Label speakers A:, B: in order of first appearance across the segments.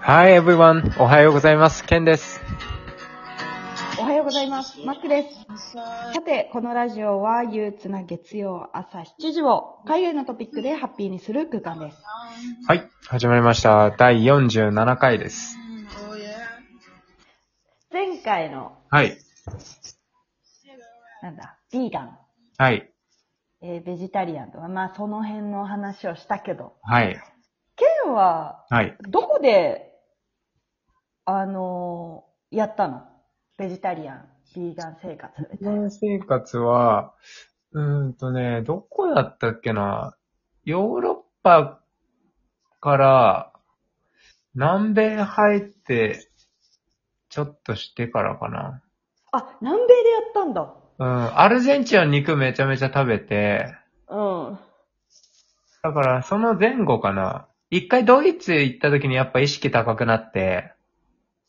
A: Hi everyone! おはようございます。ケンです。
B: おはようございます。マックです。さて、このラジオは憂鬱な月曜朝7時を海外のトピックでハッピーにする空間です。
A: はい。始まりました。第47回です。
B: 前回の、
A: はい。
B: なんだ、ビーガン、
A: はい。
B: えーベジタリアンとか、まあその辺の話をしたけど、
A: はい。
B: ケンは
A: はい。
B: どこで、あのーやったのベジタリアン、ビーガン生活みたいな。
A: 生活は、うーんとね、どこだったっけな。ヨーロッパから南米入って、ちょっとしてからかな。
B: あ、南米でやったんだ。
A: うん。アルゼンチンは肉めちゃめちゃ食べて、
B: うん。
A: だから、その前後かな。一回ドイツ行った時にやっぱ意識高くなって、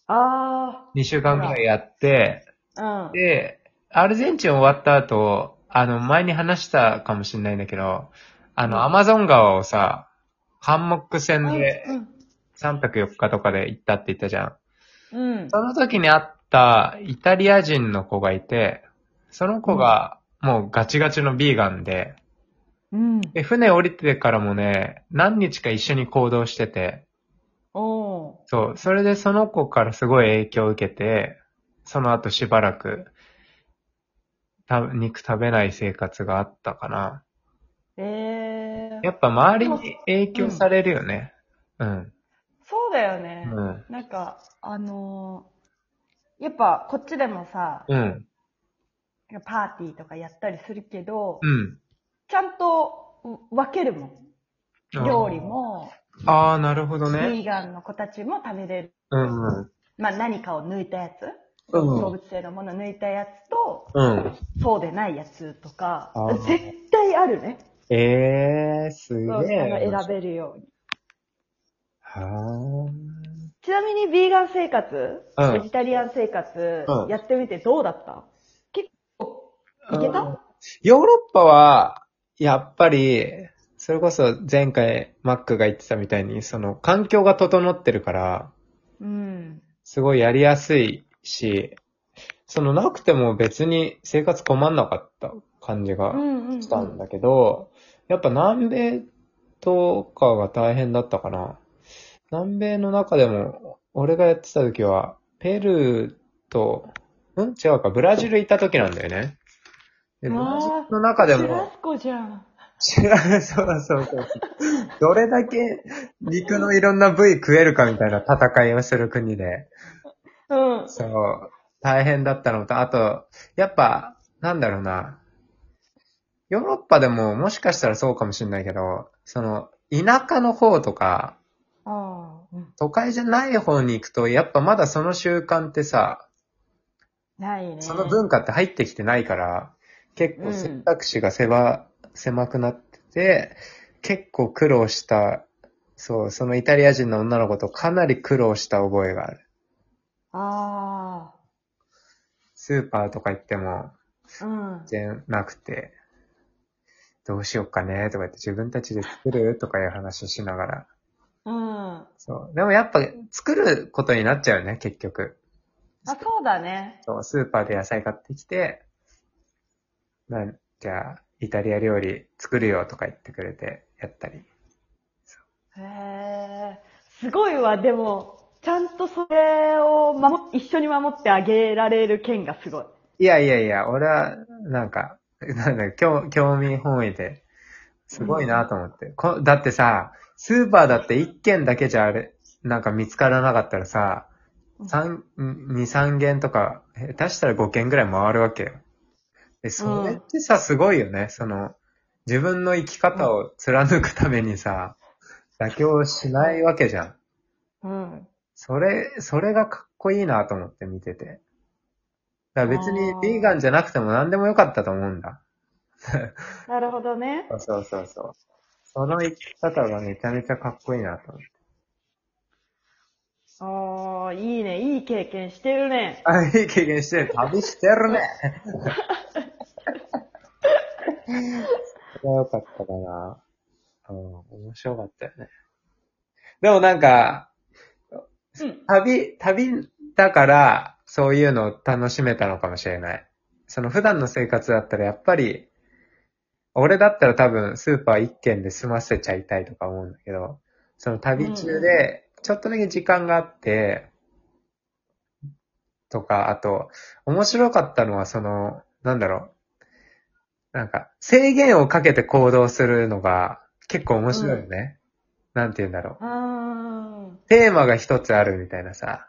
B: あ
A: 2週間くらいやって、
B: ー、うん。
A: で、アルゼンチン終わった後、あの、前に話したかもしれないんだけど、あ
B: う
A: の、
B: ん
A: アマゾン川をさ、ハンモック船
B: う
A: で
B: ん
A: 3泊4日とかで行ったって言ったじゃん。
B: うん。
A: その時に会ったイタリア人の子がいて、その子がもうガチガチのビーガンで、
B: うん。
A: で、船降りてからもね、何日か一緒に行動してて、
B: おー。
A: そう。それでその子からすごい影響を受けて、その後しばらく、た肉食べない生活があったかな。
B: ええ
A: やっぱ周りに影響されるよね。うん。
B: そうだよ
A: う
B: ね。
A: ん。
B: なんか、あのーやっぱこっちでもさ、
A: うん。
B: パーティーとかやったりするけど、
A: うん。
B: ちゃんとう分けるもん。料理。も、
A: ああ、なるほど
B: ヴ
A: ね。
B: ィーガンの子たちも食べれる。
A: うんうん。
B: まあ何かを抜いたやつ、
A: うん
B: 動物性のもの抜いたやつと、
A: うん。
B: そうでないやつとか
A: あー、
B: 絶対あるね。
A: ええー、すげ
B: そうあの
A: え。
B: 選べるように。
A: は
B: ちなみに、ビーガン生活、
A: うん
B: ベジタリアン生活、
A: うん
B: やってみてどうだった結構、
A: あ。
B: いけた、
A: うんヨーロッパは、やっぱり、それこそ前回マックが言ってたみたいに、その環境が整ってるから、
B: うん。
A: すごいやりやすいし、そのなくても別に生活困んなかった感じ
B: う
A: が
B: んうん。
A: したんだけど、やっぱ南米とかが大変だったかな。南米の中でも、俺がやってた時は、ペルーと、ん違うか、ブラジル行った時なんだよね。でブラジルの中で
B: シュラ
A: も、
B: スコじゃん。
A: 違う、 そうそうそう。どれだけ肉のいろんな部位食えるかみたいな戦いをする国で。
B: うん。
A: そう、大変だったのと、あと、やっぱ、なんだろうな。ヨーロッパでももしかしたらそうかもしれないけど、その、田舎の方とか、
B: ああ、うん。
A: 都会じゃない方に行くと、やっぱまだその習慣ってさ、
B: ないね。
A: その文化って入ってきてないから、結構選択肢が狭、狭くなってて、結構苦労した、そう、そのイタリア人の女の子とかなり苦労した覚えがある。
B: あ
A: スーパーとか行っても、
B: あ、うん。
A: 全然なくて、どうしようかねとか言って自分たちで作るとかいう話しながら。
B: うん。あ、
A: そう。でもやっぱ作ることになっちゃうよね、結局。
B: そうだね。
A: そう、スーパーで野菜買ってきて、なんじゃあ、イタリア料理作るよとか言ってくれてやったり。
B: へえ。すごいわ、でも、ちゃんとそれを守っ、一緒に守ってあげられる件がすごい。
A: いやいやいや、俺は、なんか、なんだ興興味本位で、すごいなと思って、こ。だってさ、スーパーだって一軒だけじゃあれ、なんか見つからなかったらさ、三、二、三軒とか、下手したら5軒ぐらい回るわけよ。で、それってさ、すごいよね。その、自分の生き方を貫くためにさ、妥協しないわけじゃん。
B: うん。
A: それ、それがかっこいいなと思って見てて。だから別に
B: あー
A: ビーガンじゃなくても何でもよかったと思うんだ。
B: なるほどね。
A: そうそうそうそう。その生き方がめちゃめちゃかっこいいなと思って。
B: ああ、いいね。いい経験してるね。
A: あ、いい経験してる。旅してるね。それは良かったかな。うん、面白かったよね。でもなんか、
B: うん。
A: 旅、旅だから、そういうのを楽しめたのかもしれない。その普段の生活だったらやっぱり、俺だったら多分スーパー一軒で済ませちゃいたいとか思うんだけど、その旅中で、ちょっとだけ時間があって、とか、あと、面白かったのはその、なんだろう。なんか、制限をかけて行動するのが結構面白いよね。なんて言うんだろう。
B: あ
A: テーマが一つあるみたいなさ。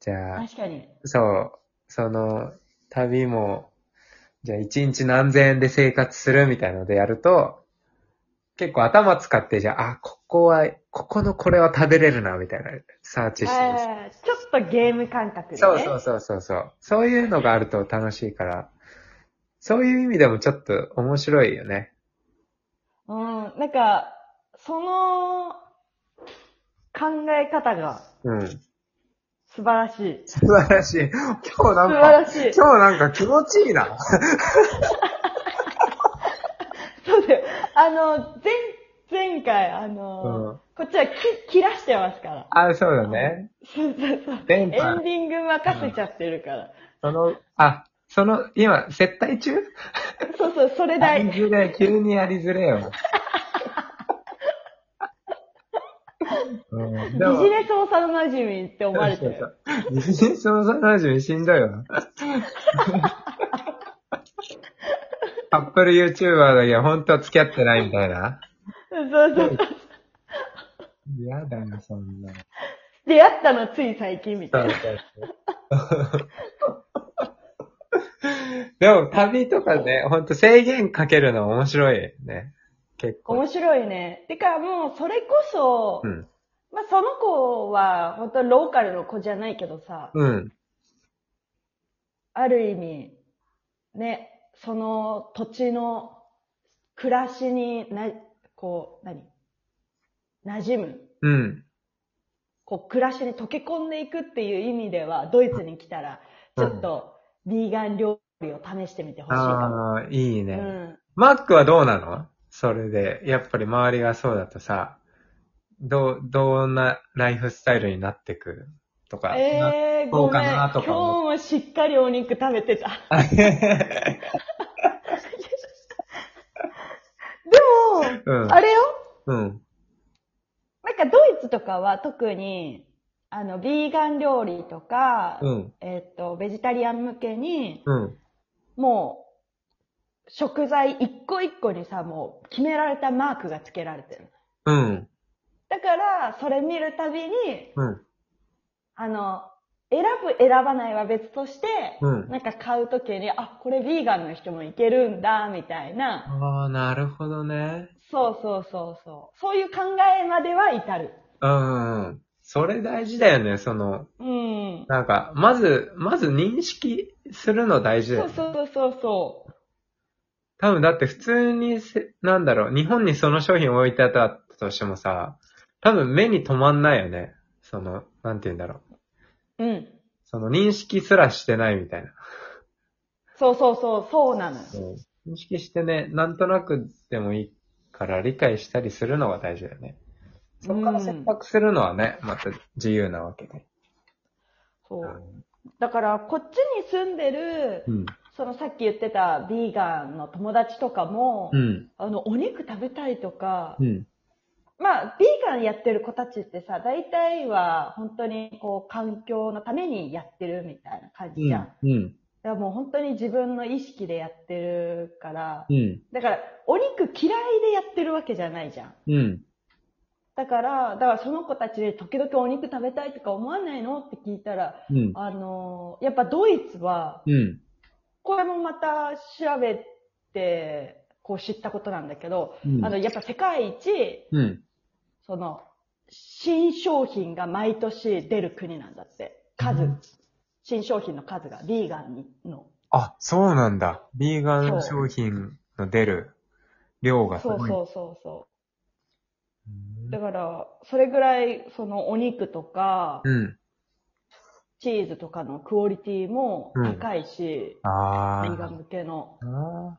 A: じ
B: あ、
A: ゃあ、
B: 確かに。
A: そう、その、旅も、じゃあ一日何千円で生活するみたいのでやると、結構頭使って、じゃあ、あ、ここは、ここのこれは食べれるな、みたいな、サーチしてます。
B: あーちょっとゲーム感覚でね。
A: そうそうそうそうそう。そういうのがあると楽しいから、そういう意味でもちょっと面白いよね。
B: うん。なんか、その考え方が
A: うん。
B: 素晴らしい。
A: 素晴らしい。今日な
B: 素
A: ん
B: 晴
A: か、
B: らしい。
A: 今日なんか気持ちいいな。
B: そうだよ。あの、前、前回、あ
A: う
B: の、
A: ん。
B: こっちはき切らしてますから。
A: あ、そうだね。
B: そうそうそう。
A: 前
B: エンデ
A: 回
B: ィング任せちゃってるから。
A: その、あ、その、今、接待中
B: そうそう、それ
A: や
B: だ
A: り
B: い。
A: づれえ、急にやりづれえ よ。うん、
B: ビジネス幼馴染って思われてる。
A: ビジネスの幼馴染しんどいわ。アップル YouTuber だけど、ほんと付き合ってないみたいな。
B: そうそう。
A: 嫌だよ、そんな。
B: 出会ったのつい最近みたいな。
A: でも、旅とかね、ほんと制限かけるの面白いね。結構。
B: 面白いね。てかもう、それこそ、
A: うん。
B: まあその子は、本当ローカルの子じゃないけどさ、
A: うん。
B: ある意味、ね、その土地の暮らしにな、こう、何馴染む。
A: うん。
B: こう、暮らしに溶け込んでいくっていう意味では、ドイツに来たら、ちょっと、ビーガン料理を試してみてほしいか
A: ああ、いいね、
B: も。うん。
A: マックはどうなのそれで、やっぱり周りがそうだとさ、どう、どんなライフスタイルになってくとか。
B: えー、
A: そ
B: ご
A: う
B: め
A: か
B: ん。
A: な
B: 今
A: と
B: 日
A: か思
B: もしっかりお肉食べてた。 で
A: う
B: も、
A: ん。
B: あれよ
A: うん。
B: なんかドイツとかは特に、あの、ビーガン料理とか、
A: うん。
B: えっと、ベジタリアン向けに、
A: うん。
B: もう、食材一個一個にさ、もう決められたマークがつけられてる。
A: うん。
B: だから、それ見るたびに、
A: うん。
B: あの、選ぶ、選ばないは別として、
A: うん。
B: なんか買うときに、あ、これビーガンの人もいけるんだ、みたいな。
A: ああ、なるほどね。
B: そうそうそうそう。そういう考えまでは至る。
A: うんうん。それ大事だよね、その、
B: うん。
A: なんか、まず、まず認識するの大事だよね
B: そうそうそうそう。
A: 多分だって普通にせ、なんだろう、日本にその商品置いてあったとしてもさ、多分目に留まんないよね。その、なんて言うんだろう。
B: うん。
A: その認識すらしてないみたいな。
B: そうそうそう、そうなのよ。
A: 認識してね、なんとなくでもいいから理解したりするのが大事だよね。そこから選択するのはね、また自由なわけで。
B: そう。だから、こっちに住んでる
A: う、ん。
B: そのさっき言ってたビーガンの友達とかも、
A: うん。
B: あの、お肉食べたいとか、
A: うん。
B: まあ、ビーガンやってる子たちってさ、大体は本当にこう、環境のためにやってるみたいな感じじゃん。だか
A: うん。
B: らもう本当に自分の意識でやってるから、
A: うん。
B: だから、お肉嫌いでやってるわけじゃないじゃん。
A: うん。
B: だから、だからその子たちで時々お肉食べたいとか思わないのって聞いたら、
A: うん。
B: あのーやっぱドイツは、
A: うん。
B: これもまた調べて、こう知ったことなんだけど、
A: うん。
B: あの、やっぱ世界一、
A: うん。
B: その、新商品が毎年出る国なんだって。数。
A: うん
B: 新商品の数が、ビーガンの。
A: あ、そうなんだ。ビーガン
B: そ
A: 商品の出る量がす
B: そう
A: ごい。
B: そうそうそう。
A: う
B: だ
A: ん
B: から、それぐらい、そのお肉とか、
A: うん。
B: チーズとかのクオリティも高いし、ビーガ
A: あ
B: ン向けの。
A: あ。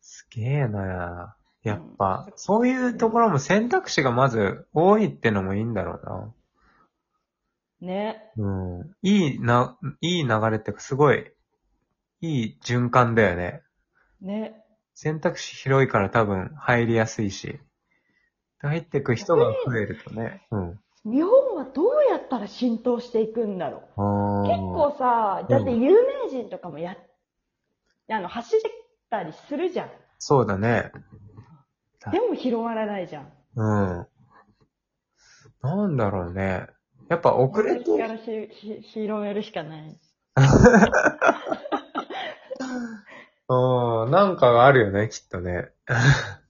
A: すげえなやっぱ、そういうところも選択肢がまず多いってのもいいんだろ
B: ね。
A: うな。うん。いいな、いい流れっていうか、すごい、いい循環だよね。
B: ね。
A: 選択肢広いから多分入りやすいし、入ってく人が増えるとね。うん。
B: 日本はどうやったら浸透していくんだろ
A: あ
B: う。
A: ー
B: 結構さ、だって有名人とかもや、あの、走ったりするじゃん。
A: そうだね。
B: でも広がらないじゃん。
A: うん。なんだろうね。やっぱ遅れて
B: 私からひひ広めるしかない。
A: うん、なんかがあるよね、きっとね。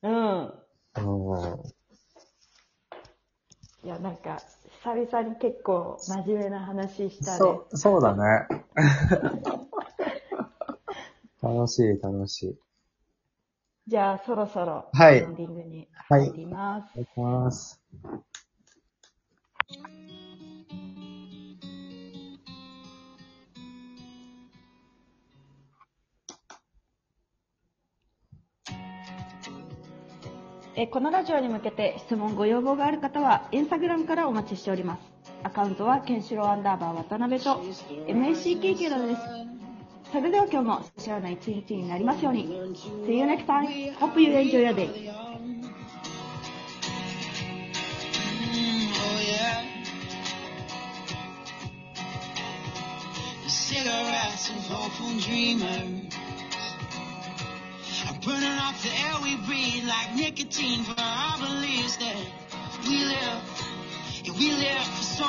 B: うん。
A: うん。
B: いや、なんか、久々に結構真面目な話したね。
A: そう、そうだね。楽しい、楽しい。
B: じゃあ、そろそろ、
A: はい
B: エンディングに
A: はい
B: 入ります。
A: いただきます。
B: えーこのラジオに向けて質問ご要望がある方はインスタグラムからお待ちしておりますアカウントはケンシロウアンダーバー渡辺と MACKK なのですそれでは今日も知らない一日になりますように See you next time Hope you enjoy your day
C: Oh yeah. Cigarettes and hopeful dreamers are burning off the air we breathe like nicotine for our beliefs that we live, yeah, we live for some.